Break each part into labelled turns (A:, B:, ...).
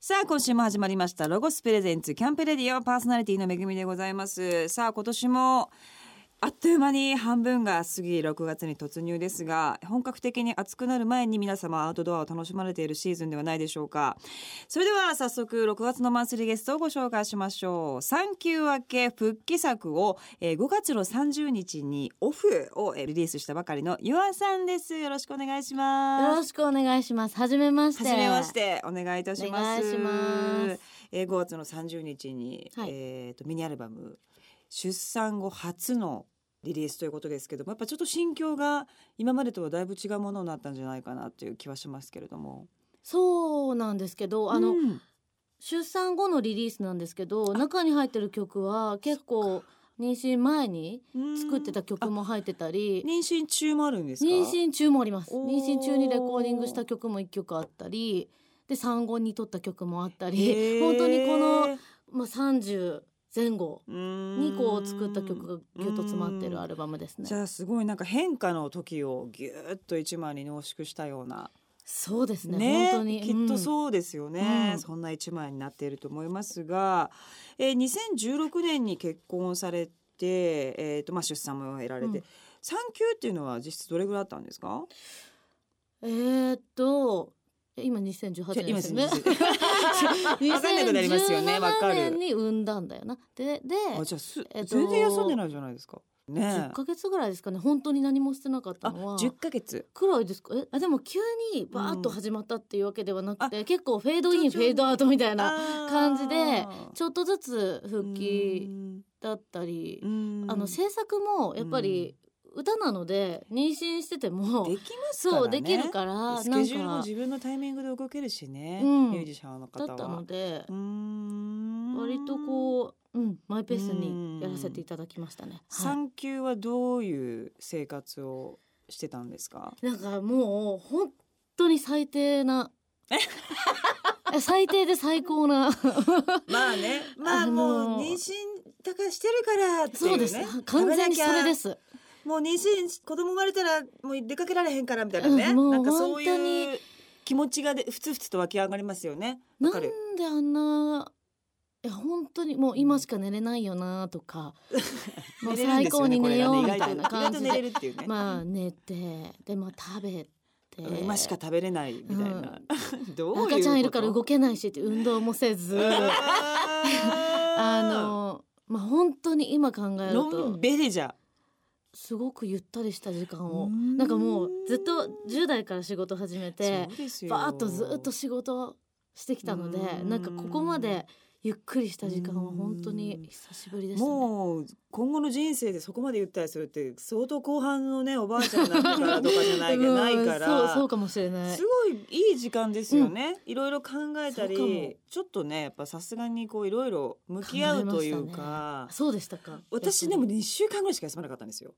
A: さあ今週も始まりましたロゴスプレゼンツキャンプレディオパーソナリティのめぐみでございますさあ今年もあっという間に半分が過ぎ6月に突入ですが本格的に暑くなる前に皆様アウトドアを楽しまれているシーズンではないでしょうかそれでは早速6月のマンスリーゲストをご紹介しましょう産休明け復帰作を、えー5月の30日にオフをえーリリースしたばかりのゆあさんですよろしくお願いします
B: よろしくお願いします。はじめまして。
A: はじめまし。てお願いいたします。
B: お願いします
A: えー5月の30日に、
B: はい
A: えっ、とミニアルバム出産後初のリリースということですけども、やっぱちょっと心境が今までとはだいぶ違うものになったんじゃないかなっていう気はしますけれども。
B: そうなんですけど、あの、
A: うん
B: 出産後のリリースなんですけど、中に入ってる曲は結構妊娠前に作ってた曲
A: うんあ
B: も入ってたり、
A: 妊娠中もあるんですか。
B: 妊娠中もあります。
A: おー
B: 妊娠中にレコーディングした曲も一曲あったり、で産後に撮った曲もあったり、
A: へー
B: 本当にこのまあ30前後
A: うーん
B: にこう作った曲がぎゅっと詰まって
A: う
B: る
A: ん
B: アルバムですね
A: じ。ゃあすごいなんか変化の時をぎゅーっと一枚に濃縮したような
B: そうですね。
A: ね
B: 本当に
A: きっと
B: うん
A: そうですよね、
B: うん
A: そんな一枚になっていると思いますが、えー、2016年に結婚されて、えーとまあ、出産も得られて、
B: うん
A: 産休っていうのは実質どれぐらいあったんですか
B: えー、っとえ今2018年ですよね
A: じゃあ。今ですねわか んなくなりますよねわか
B: 2017年
A: る
B: に産んだんだよな。でで
A: あじゃあす、
B: えっと
A: 全然休んでないじゃないですかね
B: 10ヶ月ぐらいですかね本当に何もしてなかった
A: あ
B: のは。
A: 10ヶ月
B: くらいですかえあでも急にバーッと始まったっていうわけではなくて、結構フェードイ
A: 徐
B: ンフ
A: 々に
B: ェードアウトみたいな
A: 感
B: 感じでちょっとずつ復帰だったり、あの制作もやっぱり歌なので妊娠してても、
A: できますからね
B: そうできるからなん
A: スケジュールも
B: か
A: 自分のタイミングで動けるしね、
B: うん
A: ミュージシャンの方は
B: だったので。割
A: 割
B: とこう、うん、マイペースにやらせていただきましたね。はい
A: 産休はどういう生活をしてたんですか。
B: なんかもう本当に最低な 最低で最高な
A: まあね、まあ
B: あの
A: もう妊娠だからしてるからっていうね。。
B: そうです、完全にそれですす
A: もう妊娠子供生まれたらもう出かけられへんからみたいなね。
B: うんもう
A: なんかそう
B: 本
A: い
B: 当
A: う気持ちがでふつふつと湧き上がりますよね。わ
B: な
A: か
B: ん
A: る。
B: であんないや本当にもう今しか寝れないよなとかもう
A: 寝れるんで
B: 最
A: すよ
B: 高
A: ね
B: に寝よう
A: こ
B: み
A: れが
B: た
A: ね
B: いな感じ
A: 意外と意外と寝れ
B: で
A: るっていうね。
B: まあ寝てでまあ食べて
A: うん今しか食べれないみたいな。 どういうこと
B: 赤ちゃんいるから動けないしって運動もせ ずあ
A: あ
B: のまあ本当に今考える
A: の
B: と
A: んべりじゃ。
B: すごくゆったりした時間を
A: うん
B: なんかもうずっと10代から仕事始めて
A: そうですよ
B: バーッとずっと仕事してきたので
A: うん
B: なんかここまでゆっくりした時間は本当に久しぶりでしたね。
A: もう今後の人生でそこまで言ったりするって相当後半のねおばあちゃんになってからとかじゃない
B: うん
A: ないから
B: そうそうかもしれない
A: すごいいい時間ですよね、いろいろ考えた
B: そうかも
A: りちょっとねやっぱさすがにこういろいろ向き合うというか、
B: そうでしたか
A: 私でもね1週間ぐらいしか休まなかったんですよ。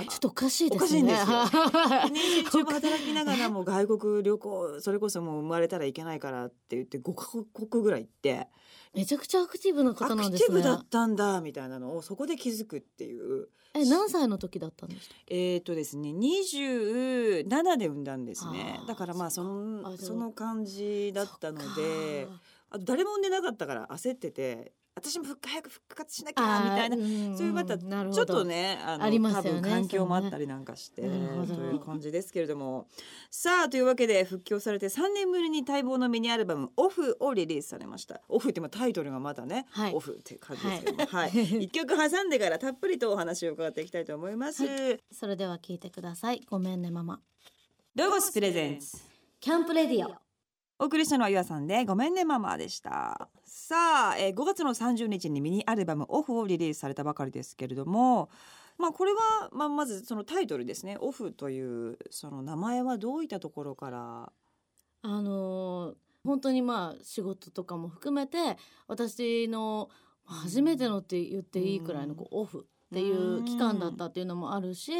B: あちょっとおかしいですね
A: おかしいんですよ
B: はい
A: 妊娠中も働きながらもう外国旅行それこそもう生まれたらいけないからって言って5カ国ぐらい行って
B: めちゃくちゃアクティブな方
A: ア
B: なん
A: ク
B: で
A: テ
B: す
A: ィブ
B: ね
A: だったんだみたいなのをそこで気づくっていう。
B: え何歳の時だったんですか
A: えー、とですね、二十七で産んだんですね
B: あ。ー
A: だからまあその
B: あでも
A: その感じだったので
B: そっ、か
A: あと誰も産んでなかったから焦ってて、私も復活早く復活しなきゃみたいな。
B: ーん
A: そういうまた
B: なるほ
A: ちょ
B: ど
A: っとねあの
B: あります
A: 多
B: よね
A: 分環境もあったりなんかして、
B: そうねなるほど
A: という感じですけれどもさあというわけで復帰をされて3年ぶりに待望のミニアルバム「オフ」をリリースされましたオフってまあタイトルがまだね、
B: はい
A: オフっていう感じですけども、はい 一曲挟んでからたっぷりとお話を伺っていきたいと思います。
B: それでは聞いてくださいごめんねママ
A: ロゴスプレゼンツ
B: キャンプレディオ
A: お送りしたのはゆあさんでごめんねママでしたさあ、えー、5月の30日にミニアルバムオフをリリースされたばかりですけれどもまあこれは、まあ、まずそのタイトルですねオフというその名前はどういったところから
B: あのー本当にまあ仕事とかも含めて私の初めてのって言っていいくらいのこうオフっていう期間だったっていうのもあるし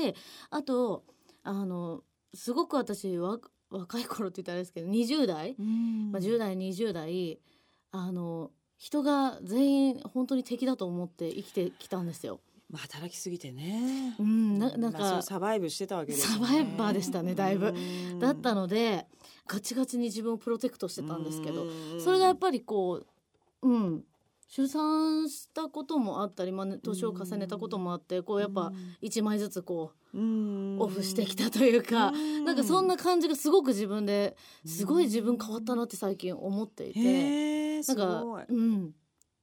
B: あとあのすごく私わ若い頃って言ったらあれですけど20代、まあ、10代20代あの人が全員本当に敵だと思って生きてきたんですよ。
A: まあ働きすぎてね
B: う。ん、ななんか、
A: まあそうサバイブしてたわけですよね。
B: サバイバーでしたねだいぶ
A: うん
B: だったのでガチガチに自分をプロテクトしてたんですけど、
A: うん
B: それがやっぱりこううん出産したこともあったり、まあね、年を重ねたこともあってこうやっぱ一枚ずつこ
A: うん
B: うオフしてきたというか、
A: う
B: なんかそんな感じがすごく自分ですごい自分変わったなって最近思っていて。
A: へえ
B: な
A: す
B: んか
A: ごい。
B: うん、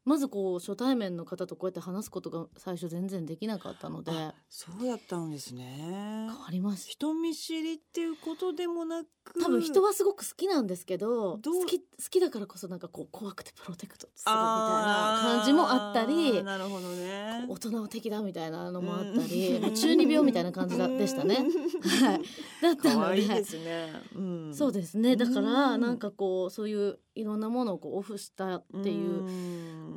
B: まずこう初対面の方とこうやって話すことが最初全然できなかったので変
A: あそうだったんですね。
B: わりまし
A: 人見知りっていうことでもなく
B: た多分人はすごく好きなんですけど
A: どう
B: 好き好きだからこそなんかこう怖くてプロテクトするみたいな感じもあった
A: あー
B: り
A: なるほどね
B: こう大人は敵だみたいなのもあった
A: う
B: り
A: ん
B: もう中二病みたいな感じだ
A: うん
B: でしたね。はい、だった
A: 可
B: の
A: 愛いで
B: です
A: ね、うん、
B: そう
A: で
B: ですねだか
A: う
B: ら
A: ん
B: なんかこうそういういろんなものをこうオフしたっていう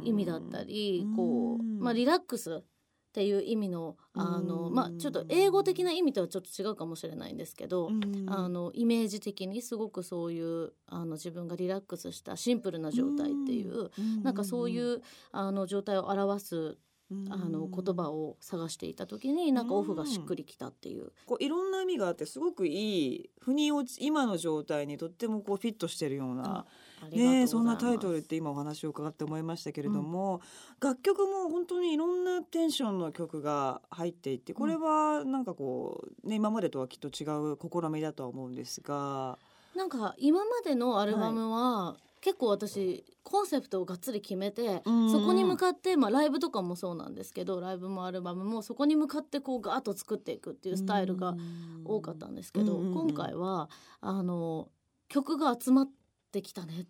B: 意味だったり、
A: うん
B: こう
A: うん
B: まあリラックスっていう意味のあの、
A: うん
B: まあちょっと英語的な意味とはちょっと違うかもしれないんですけど、あ
A: の
B: のイメージ的にすごくそういうあの自分がリラックスしたシンプルな状態っていう、なんかそういううあの状態を表す
A: ん
B: あの言葉を探していた時になんかオフがしっくりきたっていう、
A: こういろんな意味があってすごくいい腑に落ち今の状態にとってもこうフィットしてるような、
B: ありがとうござい
A: ね
B: ま
A: え
B: す
A: そんなタイトルって今お話を伺って思いましたけれども、楽曲も本当にいろんなテンションの曲が入っていてこれはなんかこう、ね、今までとはきっと違う試みだとは思うんですが。
B: なんか今までのアルバムは、結構私コンセプトをがっつり決めて、
A: うんうん
B: そこに向かって、まあ、ライブとかもそうなんですけどライブもアルバムもそこに向かってこうガーッと作っていくっていうスタイルが多かったんですけど、
A: うんうんうん
B: 今回はあの曲が集まってきたね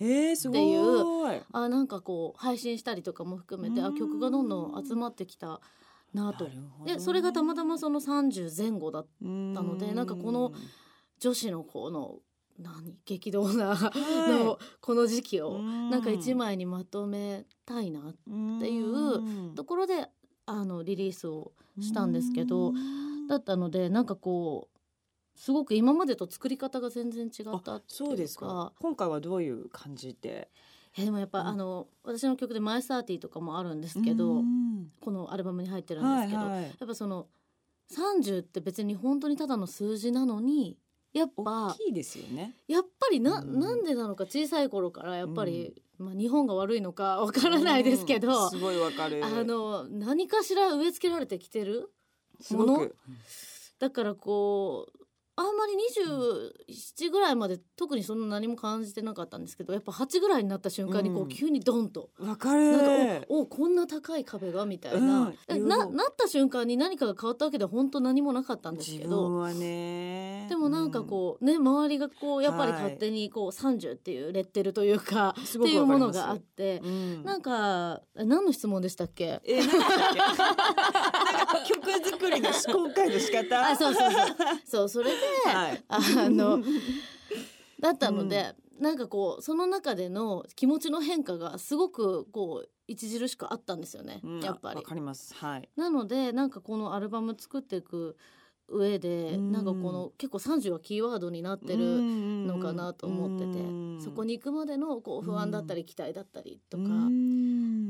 A: へえすごい
B: っていうあなんかこう配信したりとかも含めて、
A: う
B: あ
A: ん
B: 曲がどんどん集まってきたなと。
A: なるほどね
B: でそれがたまたまその30前後だっ
A: な
B: のでなんかこの女子のこの何激動なのこの時期を
A: な
B: なんか一枚にまとめたいなっていうところであのリリースをしたんですけどだったのでなんかこうすごく今までと作り方が全然違った
A: あ
B: って
A: そう
B: い
A: で
B: う
A: すか
B: か
A: 今回はどういう感じで
B: えでもやっぱ、
A: うん
B: あの私の曲で「マイサーティとかもあるんですけど、
A: うん
B: このアルバムに入ってるんで
A: は
B: す
A: い
B: けど、
A: はい
B: やっぱその30って別に本当にただの数字なのにやっ
A: 大
B: ぱ
A: きいですよね
B: やっぱりな、
A: うん
B: なんでなのか小さい頃からやっぱり、まあ、日本が悪いのかわからないですけど、
A: うんすごいわかる
B: あの何かしら植え付けられてきてる
A: すご
B: もの
A: く
B: だからこうあんまり27ぐらいまで特にそんな何も感じてなかったんですけどやっぱ8ぐらいになった瞬間にこ
A: う
B: うん急にドンと。
A: わか
B: なんか
A: る
B: おおこんな高い壁がみたいな、
A: うん
B: ななった瞬間に何かが変わったわけでは本当何もなかったんです
A: 自
B: けど
A: 分はね
B: でもなんかこうね周りがこうやっぱり勝手にこう30っていうレッテルというか
A: うんす
B: っ
A: ご
B: て
A: く
B: いう
A: わ
B: も
A: かり
B: の
A: ます
B: があって
A: うん
B: なんかえ何の質問でしたっけ
A: えなんだっけ なんか曲作りの思考回路仕方
B: あそうそう そうそうそれで
A: はい
B: あのだったのでなんかこうその中での気持ちの変化がすごくこう著しくあったんですよね
A: うん
B: やっぱ
A: わ
B: り。
A: かりますはい
B: なのでなんかこのアルバム作っていく上で
A: うん
B: なんかこの結構30はキーワードになってるのかなと思ってて、そこ
A: に
B: に行くまでのこう不安だったり期待だったりとか、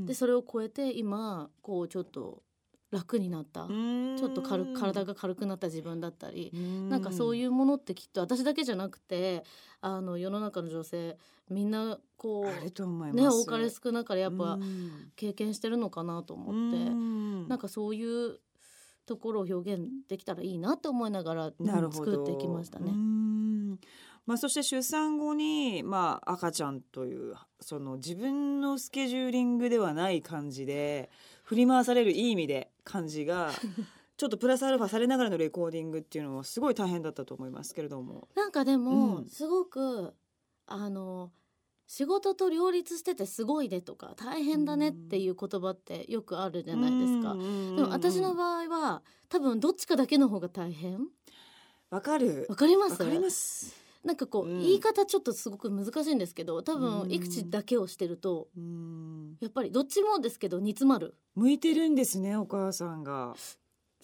B: でそれを超えて今こうちょっと楽になった、ちょっと軽く体
A: が
B: が軽くなった自分だったり、
A: な
B: なんかそう
A: う
B: いうものってきっと私だけじゃなくてあの世の中の女性みんなこ
A: ある
B: う
A: と思います
B: ね多かれ少なかれやっぱ
A: うん
B: 経験してるのかなと思って、
A: うん
B: なんかそういうところを表現できたらいいなと思いながら
A: なるほど
B: 作ってきました
A: う
B: ね。
A: んまあそして出産後にまあ赤ちゃんというその自分のスケジューリングではない感じで振り回されるいい意味で感じ がちょっとプラスアルファされながらのレコーディングっていうのはすごい大変だったと思いますけれども。
B: なんかでも、
A: うん
B: すごくあの仕事と両立しててすごいねとか大変だねっていう言葉ってよくあるじゃないですか。
A: うんうんうんうん
B: でも私の場合は多分どっちかだけの方が大変
A: わかる
B: わかりま
A: わ
B: す
A: かります。
B: なんかこう、
A: うん
B: 言い方ちょっとすごく難しいんですけど多
A: う
B: 分
A: ん
B: 育児だけをしてると
A: うん
B: やっぱりどっちもですけど煮詰まる
A: 向いてるんですねお母さんが。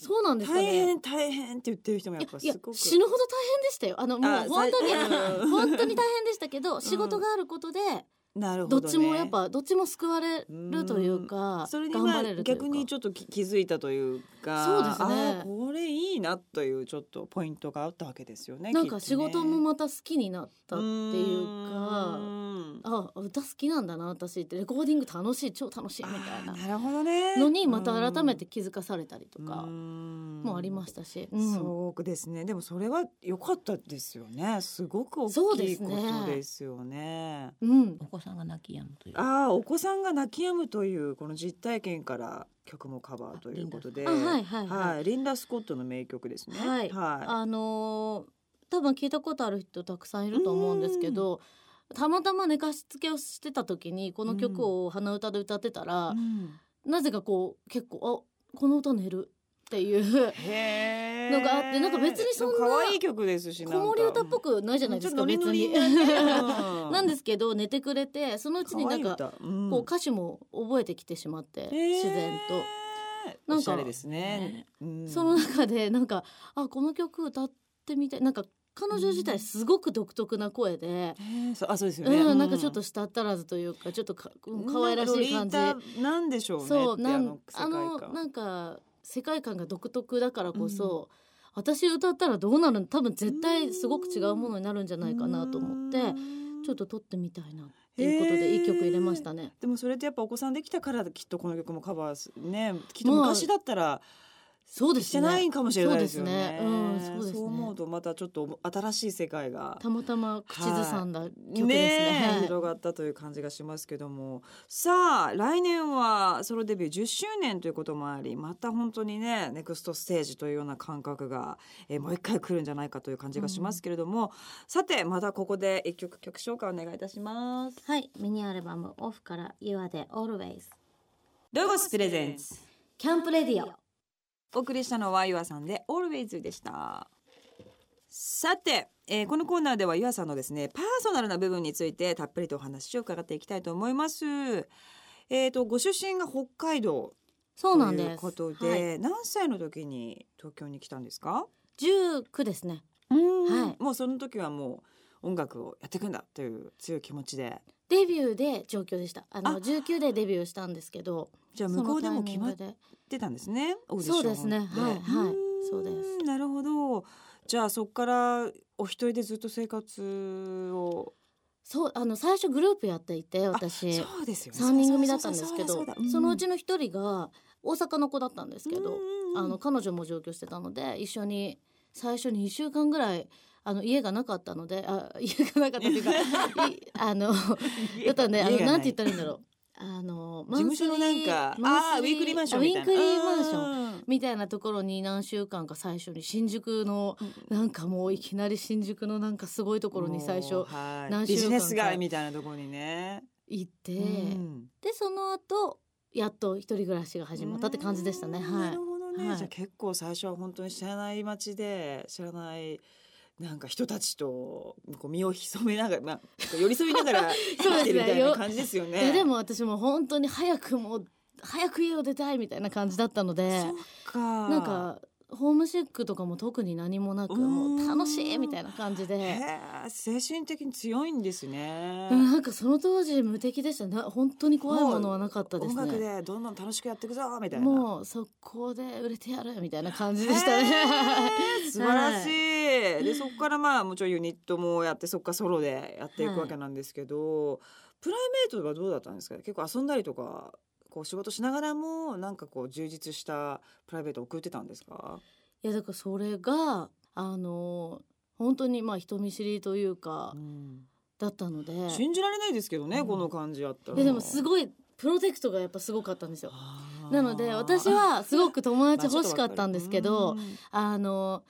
B: そうなんですか
A: 大
B: ね
A: 変大変って言ってる人もや
B: い
A: っ
B: や
A: ぱ
B: いや
A: すごく。
B: 死ぬほど大変でしたよあのもう
A: あ
B: 本当に
A: さいうん
B: 本当に大変でしたけど仕事があることで
A: なるほ
B: ど
A: ど、
B: っ
A: ね、
B: ちもやっぱどっちも救われるというか
A: それに
B: 頑
A: ま
B: 張
A: あ
B: れるというか
A: 逆にちょっとき気づいたというか
B: そうですね
A: あーこれいいなというちょっとポイントがあったわけですよね
B: なんか
A: きっ
B: 仕
A: とね
B: 事もまた好きになったっていう
A: う
B: か
A: ーん
B: あ歌好きなんだな私ってレコーディング楽しい超楽しいみたい
A: あ
B: な
A: ーなるほどね
B: のにまた改めて気づかされたりと
A: と
B: かもありましたし、うん
A: そうですねでもそれは良かったですよねすごく大
B: そう
A: き
B: で
A: い
B: す
A: こ
B: ね
A: とですよね
B: うん
C: お子さんが泣き止むという
A: ああお子さんが泣き止むというこの実体験から曲もカバーということで
B: あはいはいはい
A: リンダ・スコットの名曲ですね
B: はいあのー多分聞いたことある人たくさんいると思うんですけどたまたま寝かしつけをしてた時にこの曲を鼻歌で歌ってたら、
A: うん
B: なぜかこう結構あこの歌寝るっていう
A: へー
B: のがあってなんか別にそんな
A: でも可愛い曲ですし
B: 子
A: なんか
B: 守歌っぽくないじゃないですか
A: ちょっとノリ
B: 別
A: ノリ
B: に。
A: な
B: なんですすけど寝てくれてそのうちになんかこう歌詞も覚えてきてしまって自然と。
A: な
B: な
A: か
B: んんか
A: おしゃれですね
C: ね
A: うん
B: その中でなんかあこの曲歌ってみたいなんか彼女自体すごく独特な声で、
A: へーそうあそうですよ
B: う
A: ね
B: んなんかちょっと舌足らずというかちょっとか可愛らしい感じ。
A: ロリータなんでしょうね
B: そう
A: って
B: な
A: あ
B: ん
A: の世界
B: あの
A: 観
B: なんか世界観が独特だからこそ、私歌ったらどうなるの多分絶対すごく違うものになるんじゃないかなと思ってちょっと撮ってみたいなっていうこと
A: へー
B: でいい曲入れましたね。
A: でもそれってやっぱお子さんできたからきっとこの曲もカバーすねきっと
B: まあ
A: 昔だったら
B: そうで
A: し
B: す
A: て
B: ね
A: ないかもしれないですよね,、
B: そうですねうんそうですね
A: 思うとまたちょっと新しい世界が
B: たまたま口ずさんだ曲ですね。
A: ねえ
B: はい
A: 広がったという感じがしますけどもさあ来年はソロデビュー10周年ということもありまた本当にねネクストステージというような感覚が、えーもう一回来るんじゃないかという感じがしますけれども、さてまたここで一曲曲紹介お願いいたします。
B: はい、ミニアルバムオフから You are the always
A: ロゴスプレゼンツ
B: キャンプレディオ
A: お送りしたのはゆあさんで Always でしたさて、えーこのコーナーではゆあさんのですねパーソナルな部分についてたっぷりとお話を伺っていきたいと思いますえー、とご出身が北海道
B: そ
A: と
B: うなん
A: いう
B: です。
A: ことで
B: はい、
A: 何歳の時に東京に来たんですか
B: 19ですね。は
A: もうその時はもう音楽をやっていくんだという強い気持ちで
B: デビューで上京でした。あ
A: あ
B: の19でデビューしたんですけど、
A: じゃあ向こうでも決まっ
B: そのタイミング
A: ってたんですね。オーディション
B: そうですねはいはい
A: ん
B: そうです
A: なるほど。じゃあそこからお一人でずっと生活を。
B: そうあの最初グループやっていて私
A: そうですよね。
B: 3人組だったんですけ
A: そ
B: ど
A: うだそうだそうだ
B: そのうちの一人が大阪の子だったんですけ
A: う
B: ど、
A: ん
B: あ の彼女も上京してたので一緒に最初に1週間ぐらいあの家がなかったのであ 家がなかったというかい あのだったねあのなんて言ったらいいんだろうあの
A: 事務所のなんかああーウィークリーマンションみたいな。
B: ウィークリーマンション
A: ン。
B: みたいなところに何週間か最初に新宿のなんかもういきなり新宿のなんかすごいところに最
A: もう
B: 初
A: はい
B: 何週間か
A: ビジネス街みたいなところにね。
B: 行って、
A: うん
B: でその後やっと一人暮らしが始まったって感じでしたね
A: うーん
B: は
A: ないる。ほどね、
B: はい
A: じゃあ結構最初は本当に知らない街で知らないなんか人たちとこう身を潜めながら、まあ、寄り添いながら
B: そう
A: 生き
B: ですね
A: てるみたいな感じですよね。
B: ででも私も本当に早くもう早く家を出たいみたいな感じだったので
A: そっか
B: なんかホームシックとかも特に何もな
A: う
B: く
A: ーん
B: もう楽しいみたいな感じ
A: へ
B: で。
A: え精神的に強いんですね。
B: なんかその当時無敵でしたね本当に怖いものはなかったですね
A: 音楽でどんどん楽しくやっていくぞみたいな。
B: もう速攻で売れてやるみたいな感じでしたね。
A: へー素晴らしい、でそこからまあもちろんユニットもやってそこからソロでやっていくわけなんですけど、プライベートはどうだったんですか結構遊んだりとかこう仕事しながらもなんかこう充実したプライベートを送ってたんですか
B: いやだからそれがあの本当にまあ人見知りというかだったので
A: 信じられないですけどね、
B: うん
A: この感じやったら
B: ででもすごいプロテクトがやっぱすごかったんですよ。
A: あー
B: なので私はすごく友 達欲しかったんですけど、
A: まあちょっとわかる
B: あの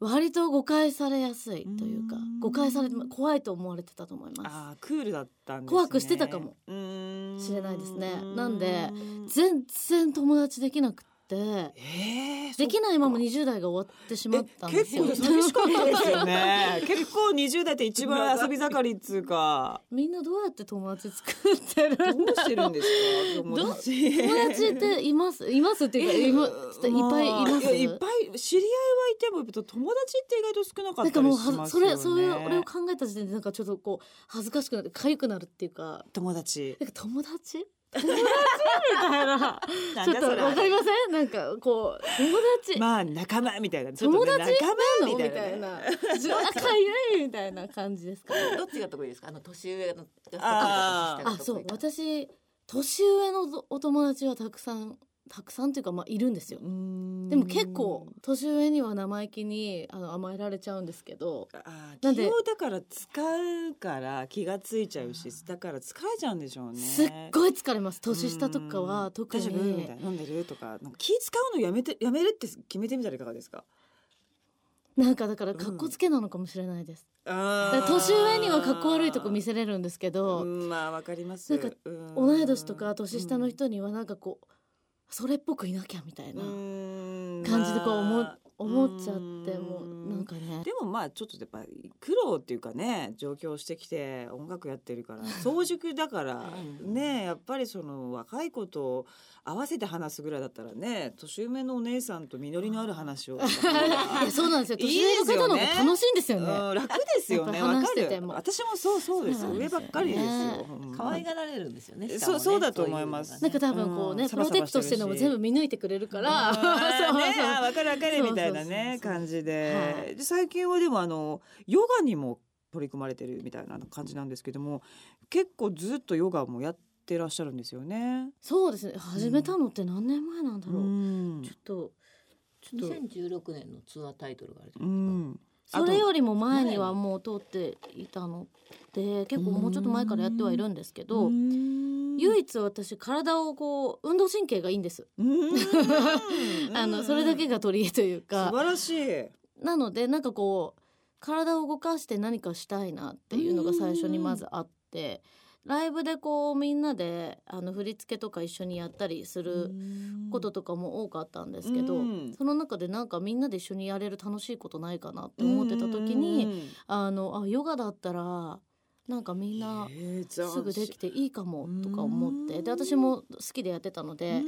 B: 割と誤解されやすいというか
A: うん
B: 誤解されて怖いと思われてたと思い
A: うん
B: ま
A: あークールだったんです、ね、
B: 怖くしてたかも
A: うーん
B: しれないですねなんで全然友達できなくっって
A: えー
B: できないまま20代が終わってしまったん
A: え
B: で
A: 結
B: すよ
A: 構寂しかったですよね 結構20代って一番遊び盛りっつうか
B: みんなどうやって友達作って る
A: ど
B: ん
A: う
B: だ
A: してるんですか友達
B: 友達っていますいますっていうかいまちょっといっぱいいます
A: やいっぱい知り合いはいてもやっぱ友達って意外と少なかった
B: なんか
A: り
B: もう
A: し
B: は
A: ます
B: そ
A: よね
B: れそれ俺を考えた時点でなんかちょっとこう恥ずかしくなって痒くなるっていうか
A: 友達
B: なんか友達友達みたいな
A: なん
B: ちょ
A: だ
B: っと
A: それ
B: わかりませんなんかこう友達、
A: まあ仲間みたいなちょっ
B: 友
A: とね
B: 達な
A: 仲間
B: の
A: み
B: み
A: た
B: た
A: い
B: い
A: なね
B: な自分かゆいみたいな感じですか
C: どっちが得意ですか。あの年上の。
A: あー
B: あそう私年上のお友達はたくさんたくさんっていうかまあいるんですよ
A: うーん
B: でも結構年上には生意気にあの甘えられちゃうんですけど
A: あー
B: なん
A: 気
B: で
A: をだから使うから気がついちゃうしだから疲れちゃうんでしょうね
B: すっ
A: い
B: ごい疲れます年下とかは特
A: 大丈夫み
B: に
A: たいな飲んでるとかなんか気使うのやめてやめるって決めてみたらいかがですか
B: なんかだから格好つけなのかもしれないです、だから
A: あー
B: 年上には格好悪いとこ見せれるんですけど、
A: うんまあわかります
B: なんか
A: うん
B: 同い年とか年下の人にはなんかこうそれっぽくいなきゃみたいな
A: 感
B: 感じでこう思,、思っちゃっ
A: う
B: て
A: ん
B: もうなんか ね
A: でもまあちょっとやっぱ苦労っていうかね上京してきて音楽やってる から早熟だから
C: うん
A: ねやっぱりその若い子と合わせて話すぐらいだったらね年上のお姉さんと実りのある話 を、
B: いやそうなんですよ
A: いい
B: 年
A: で
B: 上
A: す
B: の
A: よね
B: 方の方が楽しいんですよね
A: うん楽ですよね
B: やっぱ
A: わ
B: 話
A: か
B: してて
A: る
B: も
A: 私もそうそうです
B: そうなん
A: 上
B: です
A: ば
B: よ
A: っ
B: ね
A: かりですよほんま
C: 可愛がられるんですよね。しか
A: そう
C: もね
A: そうだと思います
B: な
C: そうんう
B: か
C: のがね
B: 多分こうね、
A: うん
B: プロテクトしてるのも全部見抜いてくれ るから、
A: うん
B: そう
A: ね
B: そう
A: あ分かる分かるみたいなね
B: そうそうそうそう
A: 感じで,、
B: はい
A: で最近はでもあのヨガにも取り組まれてるみたいな感じなんですけども結構ずっとヨガもやってらっしゃるんですよね。
B: そうですね始めたのって何年前なんだろう、
A: うん
B: ちょっとちょっと
C: 2016年のツアータイトルがあるじゃ
A: う
C: ないですか。
A: んあと
B: それよりも前にはもう通っていたので結構もうちょっと前からやってはいるんですけど、
A: うん
B: 唯一私体をこう運動神経がいいんです、
A: うん
B: あのそれだけが取り柄という
A: 素
B: か
A: 晴らしい。
B: なのでなんかこう体を動かして何かしたいなっていうのが最初にまずあってライブでこうみんなであの振り付けとか一緒にやったりすることとかも多かったんですけど、
A: うん
B: その中でなんかみんなで一緒にやれる楽しいことないかなって思ってた時に、あのあヨガだったらなんかみんなすぐでき
A: て、
B: ていいかもとか思ってで
A: うん
B: 私も好きでやってたの
A: う
B: で
A: ん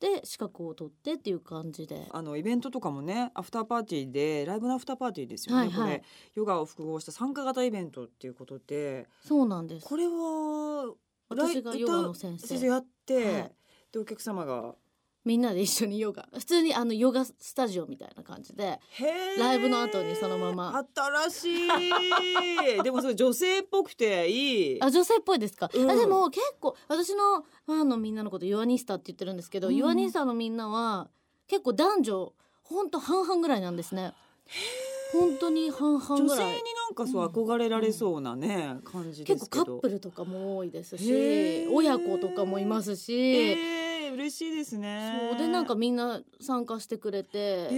B: で資格を取ってっていう感じで
A: あのイベントとかもねアフターパーティーでライブのアフターパーティーですよね、
B: はいはい
A: これヨガを複合した参加型イベントっていうことで
B: そうなんです
A: これは
B: 私が
A: ライ
B: ヨガの先
A: 歌
B: 生
A: 先生やって、
B: はい
A: でお客様が
B: みんなで一緒にヨガ普通にあのヨガスタジオみたいな感じで
A: へー
B: ライブの後にそのまま
A: 新しいでもそれ女性っぽくていい
B: あ女性っぽいですか、
A: うん
B: あでも結構私のファンのみんなのことヨアニスタって言ってるんですけど、
A: うん
B: ヨアニスタのみんなは結構男女ほんと半々ぐらいなんですね本当に半々
A: 女
B: ぐ
A: 性
B: ら
A: に
B: い
A: なんかそう憧れられそうなね、感じで
B: 結
A: す
B: 構
A: け
B: カ
A: ど
B: ップルとかも多いです
A: へ
B: し
A: ー
B: 親子とかもいますし、
A: へー嬉しいですね
B: そうでなんかみんな参加してくれて、
A: へ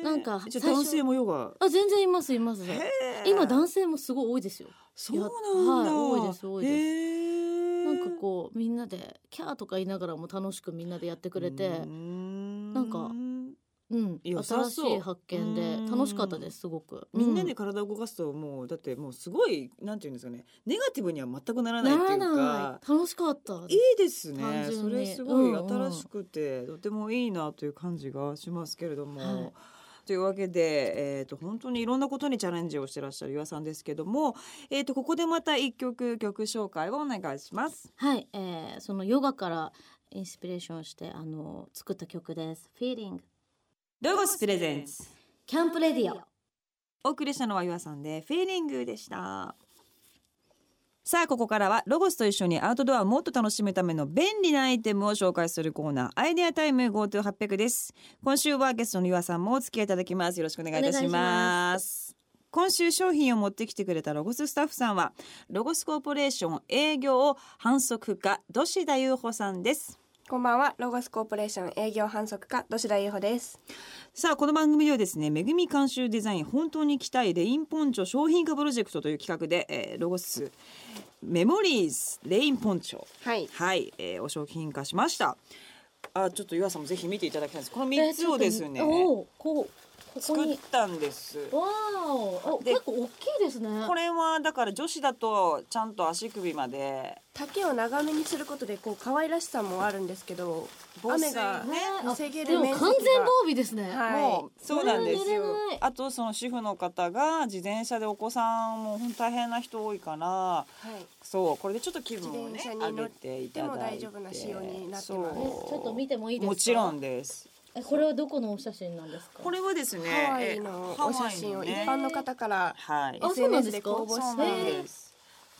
A: ー
B: なんか
A: じゃあ
B: 最初
A: 男性もヨガ
B: あ全然いますいます
A: へー
B: 今男性もすごい多いですよ
A: そうなんだ。
B: はい多いです多いです
A: へー
B: なんかこうみんなでキャーとか言いながらも楽しくみんなでやってくれて
A: うーん
B: なんかうん
A: 良さ
B: 新し
A: そう
B: い発見で
A: うん
B: 楽しかったですすごく
A: みんな
B: う
A: で体を動かすともうだってもうすごいなんていうんですかねネガティブには全くならないっていう
B: ならな
A: か
B: い楽しかった
A: いいですね
B: 単純に
A: それすごい
B: うんうん
A: 新しくてとてもいいなという感じがしますけれども。
B: はい
A: というわけで、えー、と本当にいろんなことにチャレンジをしてらっしゃる岩さんですけども、えー、とここでまた一曲曲紹介をお願いします。
B: はい、えーそのヨガからインスピレーションしてあの作った曲です「Feeling
A: ロゴスプレゼンス」
B: キャンプレディオ
A: お送りしたのは岩さんでフィーリングでしたさあここからはロゴスと一緒にアウトドアをもっと楽しむための便利なアイテムを紹介するコーナーアイデアタイム GoTo800 です今週はゲストの岩さんもお付き合いいただきますよろしくお願いいたし
B: お願いし
A: ま
B: ます
A: 今週商品を持ってきてくれたロゴススタッフさんはロゴスコーポレーション営業反則課土師田裕穂さんです
D: こんばんは、ロゴスコーポレーション営業販促課、土田優穂です。
A: さあこの番組ではですね「めぐみ監修デザイン本当に着たいレインポンチョ商品化プロジェクト」という企画で、えーロゴスメモリーズレインポンチョ
D: はい
A: はい、えー、お商品化しましたあちょっと岩さんもぜひ見ていただきたいんですこの
B: え
A: 3
B: ち
A: つ
B: ょっ
A: を
B: と
A: ですね
B: おーこうここ
A: 作っ
B: に
A: たんです
B: わーおお
A: で
B: 結構大きいですね
A: これはだから女子だとちゃんと足首まで
D: 丈を長めにすることでこう可愛らしさもあるんですけど
A: 防水
D: 雨が
A: ね
B: あ
D: 防げ
B: で
D: る
B: も
D: 面
B: 完
D: 積
B: 全
D: が
B: 防備ですね、
D: はい
A: もうそうなんですよ
B: これは寝れない
A: あとその主婦の方が自転車でお子さんも本当大変な人多いから
D: はい
A: そうこれでちょっと気分をね
D: 自転車
A: 上
D: に乗
A: げ
D: って
A: いただいて
D: でも大丈夫な仕様になってます
A: そう
B: えちょっと見てもいいですか
A: もちろんです
B: えこれはどこのお写真なんですか
A: これはですね
D: ハワイのお写真を
A: ハワイ
D: 一
A: のね
D: 般の方から
A: はい
B: あそうなん
D: SNS
B: で
D: です
B: か
D: 公募
A: そ
D: し
A: う
D: て
A: なんです。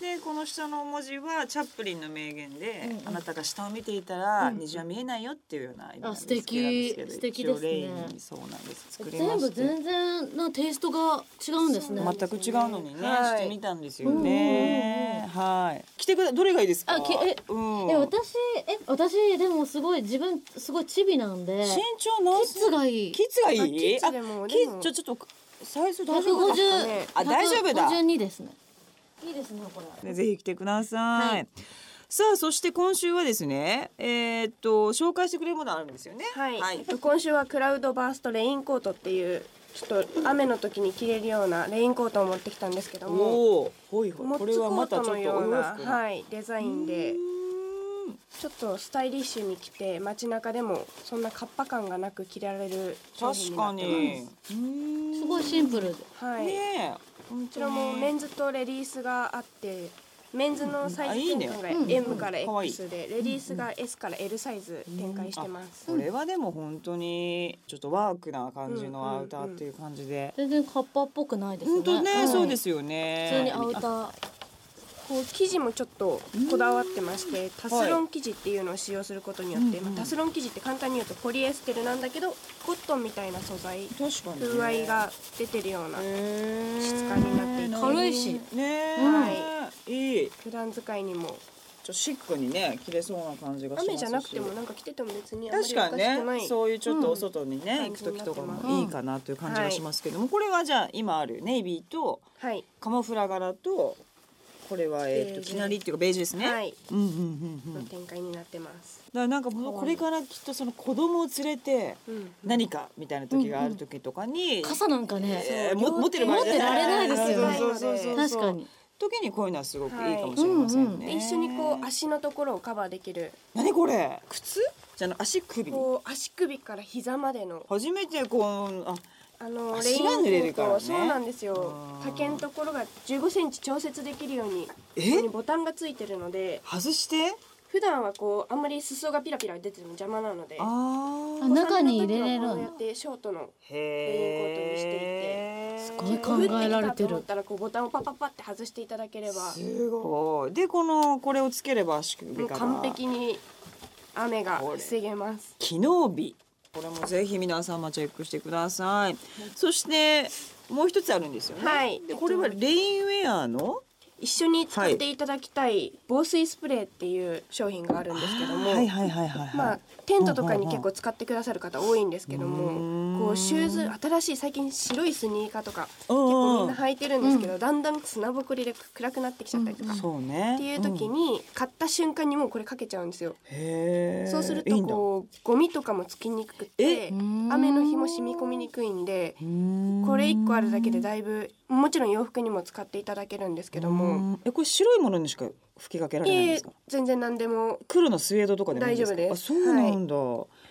A: でこの下の文字はチャップリンの名言で、
B: うんうん
A: あなたが下を見ていたら
B: うん
A: 虹は見えないよっていうような意味なん
B: あ
A: です
B: 素
A: けど
B: 敵素敵ですね
A: 一応例にそうなんです作りま
B: 全部
A: して
B: 全然なテイストが違うんですね
D: そうなん
A: 全く違うのにね、
D: はい
A: してみたんですよね、はい来てくだどれがいいですか
B: あきえ
A: うん、
B: え私え私でもすごい自分すごいチビなんで
A: 身長何
B: キッズがいい
A: キッズがい
D: あキ
A: い
D: ッズでも
A: あ
D: でも
A: キッズちょっとサイズ大丈夫か
B: 150
A: なあ大丈夫だ
B: 152ですねいいですねこれ
A: ねぜひ来てください。
B: は
A: さあそして今週はですね、えーっと紹介してくれるものあるんですよね。
D: はい、
A: は
D: えっ
A: い。
D: と今週はクラウドバーストレインコートっていうちょっと雨の時に着れるようなレインコートを持ってきたんですけども
A: おお、ほいほ
D: モ
A: い。
D: ッ
A: こ
D: ツ
A: れ
D: コ
A: はま
D: ー
A: た
D: ト
A: ちょ
D: の
A: っ
D: よ
A: とお
D: う
A: 洋
D: な、
A: 服の。
D: はい、デザインでちょっとスタイリッシュに着て街中でもそんなカッパ感がなく着られる商品
A: 確
D: にな
A: か
D: ってま
A: に。うーん
B: すごいシンプルで
D: はい、
A: ね
D: こ
A: え。こ
D: ちらもメンズとレディースがあってメンズのサイズ展開
B: あいい
D: が
B: ね
D: M から
A: うんかわいい
D: X でレディースが S から L サイズ展開してます
A: これはでも本当にちょっとワークな感じ
D: うん
A: のアウターっていう感じで。
B: 全然カッパっぽくないですね
A: 本当ね、
B: ん
A: そうですよね。
B: 普通にアウター
D: こう生地もちょっとこだわってましてタスロン生地っていうのを使用することによって、
A: うん
D: まあ、タスロン生地って簡単に言うとポリエステルなんだけどコットンみたいな素材
A: 確かにね。
D: 風合いが出てるような
A: 質
D: 感になっていて
B: 軽いし
A: ねえ、、
D: はい
A: いちょ
D: 普段使いにも
A: っとシックにね着れそうな感じがしますし
D: 雨じゃなくてもなんか着てても別にあんま
A: 確
D: りおか
A: か
D: しく
A: に
D: ない
A: ねそういうちょっと
B: うん
A: お外にね、行く時とか
B: う
A: も
B: ん
A: いいかなという感じがしますけども、これはじゃあ今あるネイビーと
D: はい、
A: カモフラ柄とこれはえっ
D: ベ
A: と
D: ージュ
A: きなりっていうかベージュですね、
D: はい
A: うんうんうんうん
D: の
A: だか
D: 展開になってます、
A: らなんかもうこれからきっとその子供を連れて
D: うん、
A: 何かみたいな時がある時とかに、
B: 傘なんかね
A: えーも持ってる場合じゃない
B: 持ってられないです
D: よね
A: そうそうそうそう
B: 確かに
A: 時にこういうのはすごくいいかもしれませんね、
B: はいうんうん
D: で一緒にこう足のところをカバーできる
A: 何これ靴じゃあ足首
D: こう足首から膝までの
A: 初めてこうあ
D: あのレイ
A: 足
D: ン
A: が
D: コ
A: 濡れる
D: ー
A: か
D: ト
A: らね
D: をそうなんですよ
A: あー
D: 丈のところが15センチ調節できるようにこ
A: え
D: こにボタンがついてるので
A: 外して
D: 普段はこうあんまり裾がピラピラ出てても邪魔なので
A: あー
B: あ中に入れれるんだ
D: お子さんの時はこうやってショートの
A: へえ
B: レインコートにしていてすごい考えられてる
D: 降ってきたと思ったらこうボタンをパパパって外していただければ
A: すごいでこのこれをつければ足
D: も
A: 首
D: う
A: から
D: 完璧に雨が防げます
A: 機能美これもぜひ皆様チェックしてくださいそしてもう一つあるんですよね
D: はい
A: でこれはレインウェアの
D: 一緒に使っていただきたい防水スプレーっていう商品があるんですけども、
A: はいはいはいはいはい
D: まあ、テントとかに結構使ってくださる方多いんですけど
A: うん
D: もこうシューズ新しい最近白いスニーカーとか結
A: うんうん
D: 構みんな履いてるんですけど、だんだん砂ぼこりで暗くなってきちゃったりとか、っ
A: そうね
D: ていう時
A: ん
D: に買った瞬間にもうこれかけちゃうんですよ。
A: へえ
D: そうする
A: いい
D: と
A: んだ
D: こうゴミとかもつきにくく
A: え
D: て
B: うん
D: 雨の日も染み込みにくいんで
A: うーん
D: これ1個あるだけでだいぶもちろん洋服にも使っていただけるんですけど
A: う
D: も。
A: んえこれ白いものにしか吹きかけられないん
D: え
A: です
D: ー
A: か、
D: 全然何でも、
A: 黒のスウェードとかでもいいんですか
D: 大丈夫です
A: あそうなんだ、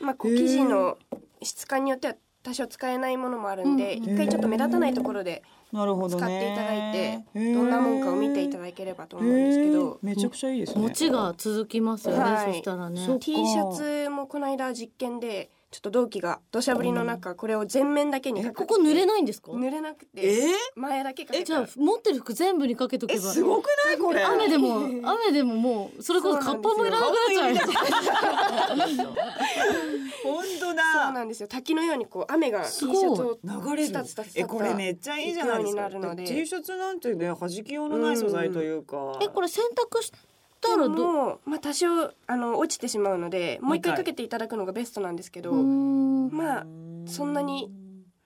D: まあ、こう生地の質感によっては多少使えないものもあるんで
B: うん
D: 一回ちょっと目立たないところで
A: なるほ
D: 使
A: どね
D: っていただいてどんなもんかを見ていた
A: だ
D: だければと思うんですけど
A: めちゃくちゃいいですね
B: 持ちが続きますよね、
D: はい
B: そしたらね
A: そう
D: T シャツもこの間実験でちょっと同期が土砂降りの中これを全面だけにかけて
B: ここ濡れないんですか
D: 濡れなく
A: え
D: て
A: ー
D: 前だけかけ
B: じ
D: た
B: ゃあ持ってる服全部にかけとけ
A: え
B: ば
A: すごくないこれ
B: 雨でも雨でももうそれこそカッパもいらなくなっちゃう
A: 本当
D: そう
A: だ
D: なんですよ滝のようにこう雨が T シ
B: す
D: ャ
B: ごい
D: ツを
A: 流れ
D: スタ
A: る
D: ツタツ
A: え
D: タツ
A: これめっちゃいいじゃないですか
D: 行くようになるので
A: で T シャツなんてね弾きようのない素材というか
B: えこれ洗濯したらどう
D: もうまあ多少あの落ちてしまうのでも
A: も
D: う一
A: う一回
D: 回かけていただくのがベストなんですけど
B: うーん
D: まあそんなに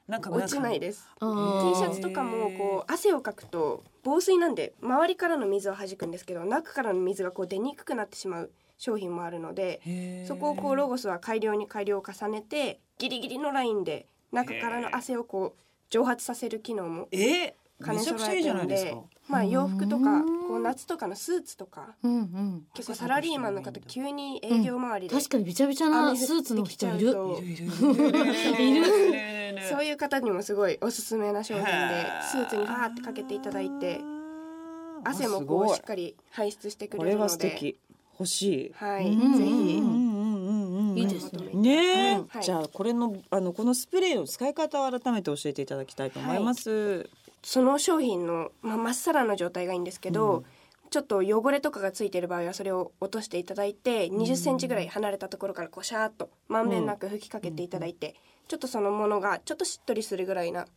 A: なんか
D: 落ちない
A: で
D: です
B: あ
D: T
B: ー
D: シャツとかもこう汗をかくと防水なんで周りからの水を弾くんですけど中からの水がこう出にくくなってしまう商品もあるので
A: へー
D: そこをこうロゴスは改良に改良を重ねてギリギリのラインで中からの汗をこう蒸発させる機能も
A: えめ
D: 兼ね
A: ちゃく
D: 揃
A: ちゃい
D: え
A: い
D: て
A: じゃ
D: る
A: ない
D: の
A: です
D: で
A: か。
D: まあ洋服と
B: うー
D: か
B: ん
D: こう夏とかのスーツとか
B: うんうん
D: 結構サラリーマンの方急に営業周りで、
B: 確かにびちゃびちゃなスーツの人いる
D: 雨降ってきちゃうと
A: いるいるいるいるいるいる
D: そういう方にもすごいおすすめな商品で
A: へ
D: スーツにファーってかけていただいて
A: あ
D: 汗も
A: す
D: こ
A: ご
D: う
A: い
D: しっかり排出してく
A: こ
D: れ
A: れ
D: るの
A: は
D: で
A: 素敵欲しい。
D: はい、
B: うん
D: ぜ
B: う
D: ひ
B: ん
A: うんうんうんうん
B: いいですね
A: ねえ、
D: うんはい
A: じゃあこれのあのこのスプレーの使い方を改めて教えていただきたいと思います。
D: その商品のまあ、真っさらの状態がいいんですけ
A: う
D: ど、
A: ん
D: ちょっと汚れとかがついてる場合はそれを落としていただいて2 0ンチぐらい離れたところからこうシャーっとまんべんなく吹きかけていただいて、ちょっとそのものがちょっとしっとりするぐらいな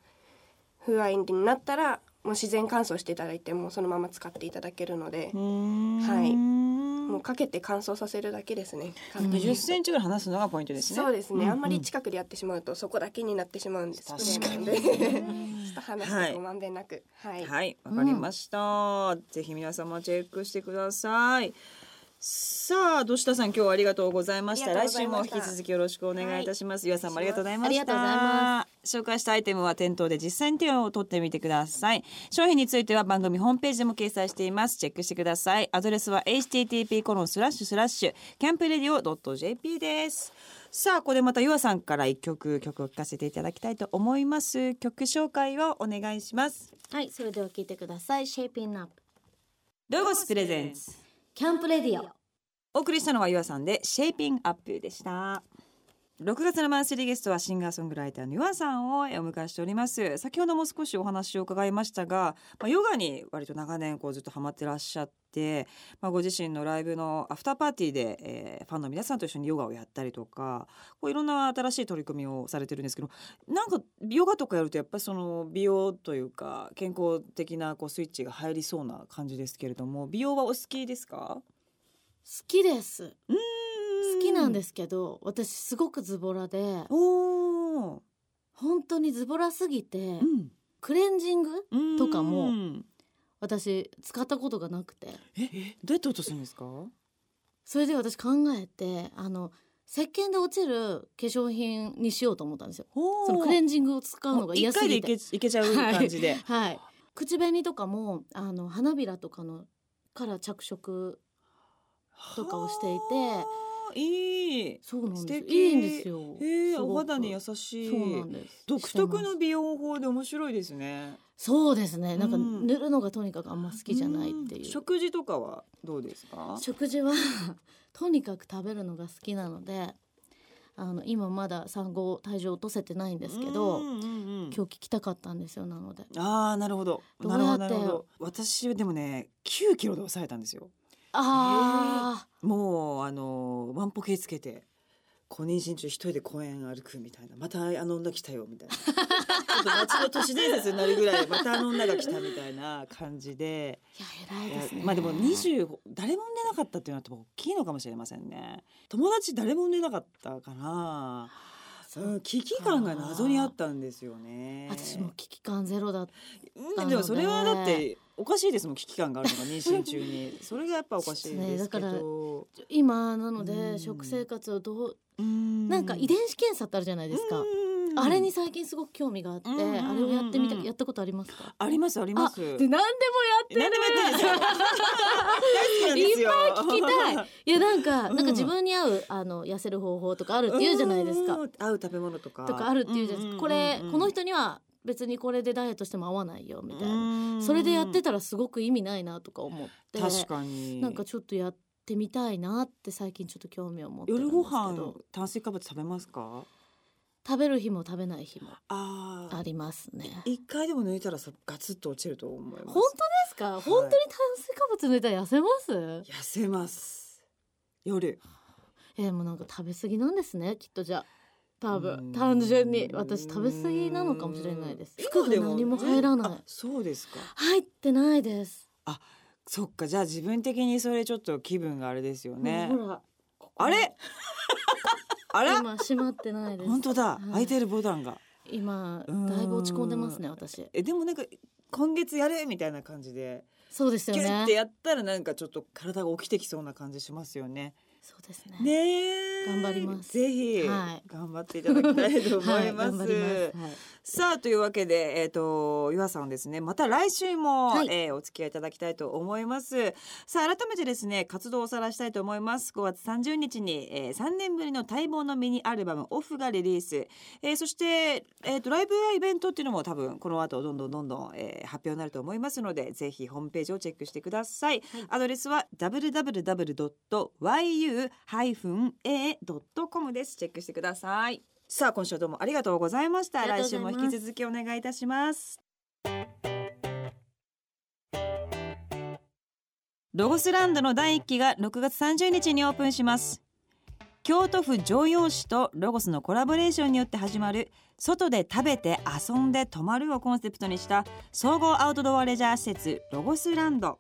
D: 風合いになったらもう自然乾燥していただいてもうそのまま使っていただけるので、はいも
A: も
D: うかけて乾燥させるだけですね。
A: 二十センチぐらい離すのがポイントですね。
D: そうですね、
A: ん
D: あんまり近くでやってしまうとそこだけになってしまうんです
A: 確かに
D: プレーなの で ちょっと話
A: は
D: して
A: い
D: こうまんべんなくはい、
A: はい、わかりました、ぜひ皆様チェックしてください。さあ、土下さん、今日はありがとうございました。
D: ありがと
A: 来
D: うござ
A: 週
D: いま
A: も
D: し
A: 引
D: た
A: き続きよろしくお願いいたします。岩、さんもありがとうございました。
B: ありがとうございま
A: 紹介したアイテムは店頭で実践点を取ってみてください。商品については番組ホームページでも掲載しています。チェックしてください。アドレスは http コロンスラッシュスラッシュキャンプレディオ .jp です。さあ、ここでまた岩さんから一曲曲を聴かせていただきたいと思います。曲紹介をお願いします。
B: はいそれでは聞いてくださいシェイピングアップ
A: ロゴスプレゼンス
B: キャンプレディオ
A: お送りしたのはゆあさんでシェイピングアップでした6月のマンスリーゲストはシンガーソングライターのゆあさんをお迎えしております先ほども少しお話を伺いましたが、まあ、ヨガに割と長年こうずっとハマってらっしゃって、まあ、ご自身のライブのアフターパーティーで、えーファンの皆さんと一緒にヨガをやったりとかこういろんな新しい取り組みをされてるんですけどなんかヨガとかやるとやっぱりその美容というか健康的なこうスイッチが入りそうな感じですけれども美容はお好きですか
B: 好きです好
A: 好。
B: きなんですすけど私すごくズボラで
A: おお、
B: 本当にズボラすぎて、
A: ん、
B: クレンジングとか
A: う
B: も
A: ん
B: 私使ったことがなくて
A: え、どうやって落とすんですか？
B: それで私考えてあの石鹸で落ちる化粧品にしようと思ったんですよ
A: そ
B: そのクレンジングを使うのが嫌すぎ
A: 一回で
B: て
A: いけいけちゃう感じで。
B: はい口紅とかもあの花びらとかのから着色 とかをしていて
A: はあ。いい。
B: そうなんです
A: 素
B: よ
A: 敵
B: いいんですよ
A: へえ、
B: すごく
A: お肌に優しい。
B: そうなんです
A: 独特の美容法で面白いですね。
B: そうですねなんか
A: うん
B: 塗るのがとにかくあんま好きじゃないってい
A: ん
B: う
A: 食事とかはどうですか？
B: 食事は とにかく食べるのが好きなのであの今まだ産後体重落とせてないんですけど、
A: うんうんうん
B: 今日聞きたかったんですよなので
A: ああ、なるほど。
B: どう
A: なる
B: や
A: ほ
B: っ
A: ど
B: て
A: なるほど。私でもね、9キロで抑えたんですよ。
B: あ
A: もうあのワンポケつけてこう妊娠中一人で公園歩くみたいなまたあの女来たよみ たいなちょっと街の都市伝説になるぐらいまたあの女が来たみたいな感じで
B: ーいや偉いです
A: い
B: ね
A: やまあでも20誰も産んでなかったっていうのはやっぱ大きいのかもしれませんね友達誰も産んでなかったから、
B: そう
A: うん、危機感が謎にあったんですよね
B: 私もう危機感ゼロだっ
A: うんでもそれはだっておかしいですもん危機感があるのが妊娠中にそれがやっぱおかしいですけ
B: そうですねだから
A: ど、
B: 今なの
A: うん
B: で食生活をどう
A: うん
B: なんか遺伝子検査ってあるじゃないですか
A: うん
B: あれに最近すごく興味があって
A: うんうんうんうん
B: あれをやってみたやったことありますか
A: ありますあります。
B: あで何でもやってる
A: 何でもや ってるんですよ大好きなんですよ。
B: いっぱい聞きたいいやな んか、
A: うん
B: なんか自分に合うあの痩せる方法とかあるって言うじゃないですか
A: うん。合う食べ物とか
B: とかあるって言うじゃないですか。これこの
A: 人
B: 人には別にこれでダイエットしても合わないよみたいな。それでやってたらすごく意味ないなとか思って。
A: 確かに。
B: なんかちょっとやってみたいなって最近ちょっと興味を持ってるん
A: 夜
B: です
A: ご
B: け
A: 飯
B: ど。
A: 炭水化物食べますか？
B: 食べる日も食べない日も
A: あ
B: あ
A: あ。
B: りますね。
A: 一回でも抜いたらそガツッと落ちると思います。
B: 本当ですか、
A: はい
B: 本当に炭水化物抜いたら痩せます
A: 痩せます。夜。
B: えー、もうなんか食べ過ぎなんですねきっとじゃあ多
A: うん
B: 分単純に私食べ過ぎなのかもしれないです服が何も入らない、
A: あそうですか。
B: 入ってないです、
A: そっかじゃあ自分的にそれちょっと気分があれですよね。
B: もうほら
A: あ れあら
B: 今閉まってないです
A: 本当だ、
B: はい
A: 開いてるボタンが
B: 今
A: うーん
B: だいぶ落ち込んでますね私
A: えでもなんか今月やれみたいな感じで
B: そうです
A: キ
B: よ
A: ュッて
B: ね
A: やったらなんかちょっと体が起きてきそうな感じしますよね
B: そうですね。
A: ねえ
B: 頑張ります
A: ぜひ、
B: はい
A: 頑張っていただきたいと思います。
B: はい、頑張ります。はい
A: さあというわけで、えー、と岩さんですねまた来週も、
B: はい
A: えーお付き合いいただきたいと思いますさあ改めてですね活動をおさらいしたいと思います5月30日に、えー、3年ぶりの待望のミニアルバム「オフ」がリリース、えーそして、えー、とライブやイベントっていうのも多分この後どんどんどんどん、えー発表になると思いますのでぜひホームページをチェックしてください、アドレスは www.yu-a.com ですチェックしてくださいさあ今週はどうもありがとうございました
B: ありがと
A: 来
B: うご
A: 週
B: ざいま
A: も
B: す
A: 引き続きお願いいたしますロゴスランドの第一期が6月30日にオープンします京都府城陽市とロゴスのコラボレーションによって始まる外で食べて遊んで泊まるをコンセプトにした総合アウトドアレジャー施設ロゴスランド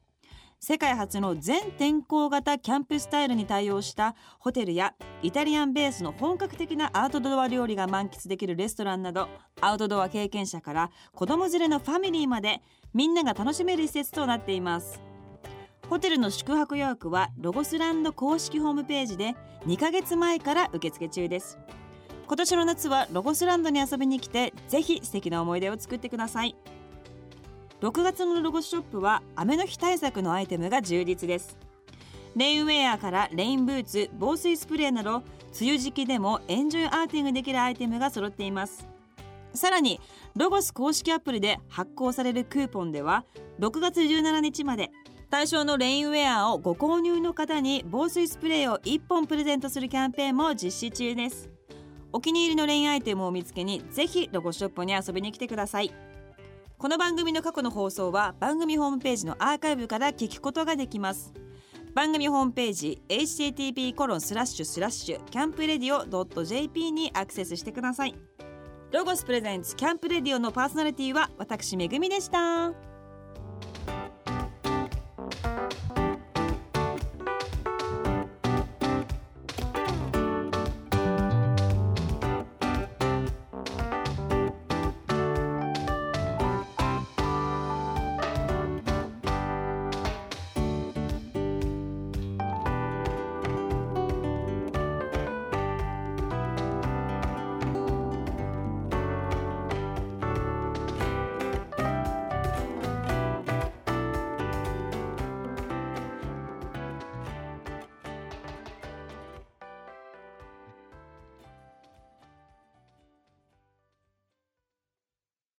A: 世界初の全天候型キャンプスタイルに対応したホテルやイタリアンベースの本格的なアウトドア料理が満喫できるレストランなどアウトドア経験者から子供連れのファミリーまでみんなが楽しめる施設となっていますホテルの宿泊予約はロゴスランド公式ホームページで2ヶ月前から受付中です今年の夏はロゴスランドに遊びに来てぜひ素敵な思い出を作ってください6月のロゴスショップは雨の日対策のアイテムが充実ですレインウェアからレインブーツ防水スプレーなど梅雨時期でもエンジョイアーティングできるアイテムが揃っていますさらにロゴス公式アプリで発行されるクーポンでは6月17日まで対象のレインウェアをご購入の方に防水スプレーを1本プレゼントするキャンペーンも実施中ですお気に入りのレインアイテムを見つけにぜひロゴスショップに遊びに来てくださいこの番組の過去の放送は番組ホームページのアーカイブから聞くことができます番組ホームページ http コロンスラッシュスラッシュキャンプレディオ .jp にアクセスしてくださいロゴスプレゼンツキャンプレディオのパーソナリティは私めぐみでした